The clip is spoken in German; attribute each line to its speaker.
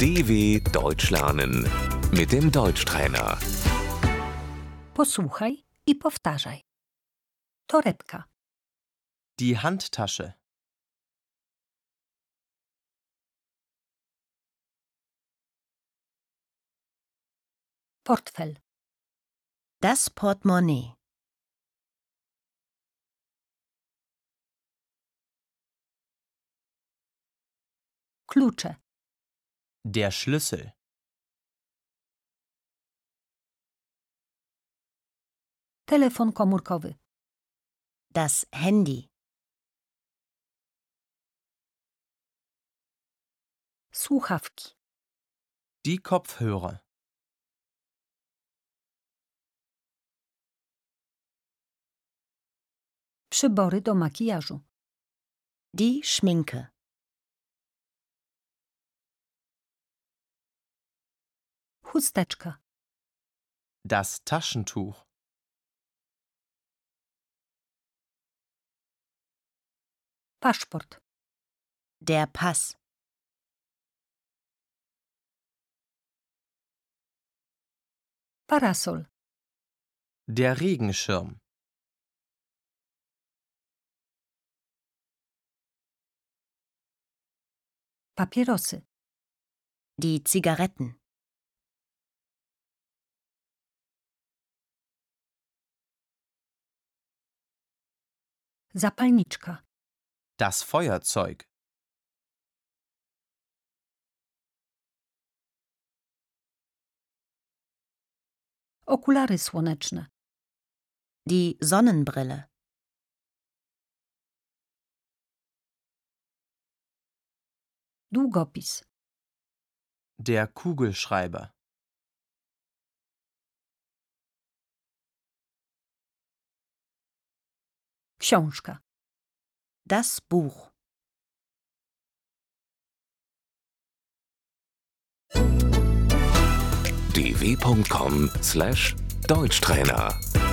Speaker 1: DW Deutsch lernen mit dem Deutschtrainer.
Speaker 2: Posłuchaj i powtarzaj. Torebka,
Speaker 3: Die Handtasche.
Speaker 2: portfel,
Speaker 4: Das Portemonnaie.
Speaker 2: klucze,
Speaker 3: Der Schlüssel.
Speaker 2: telefon komórkowy,
Speaker 4: Das Handy.
Speaker 2: słuchawki,
Speaker 3: Die Kopfhörer.
Speaker 2: przybory do makijażu,
Speaker 4: Die Schminke.
Speaker 2: chusteczka,
Speaker 3: Das Taschentuch.
Speaker 2: paszport,
Speaker 4: Der Pass.
Speaker 2: parasol,
Speaker 3: Der Regenschirm.
Speaker 2: papierosy,
Speaker 4: Die Zigaretten.
Speaker 2: zapalniczka,
Speaker 3: Das Feuerzeug.
Speaker 2: okulary słoneczne,
Speaker 4: Die Sonnenbrille.
Speaker 2: długopis,
Speaker 3: Der Kugelschreiber.
Speaker 2: książka,
Speaker 4: Das Buch.
Speaker 1: dw.com/deutschtrainer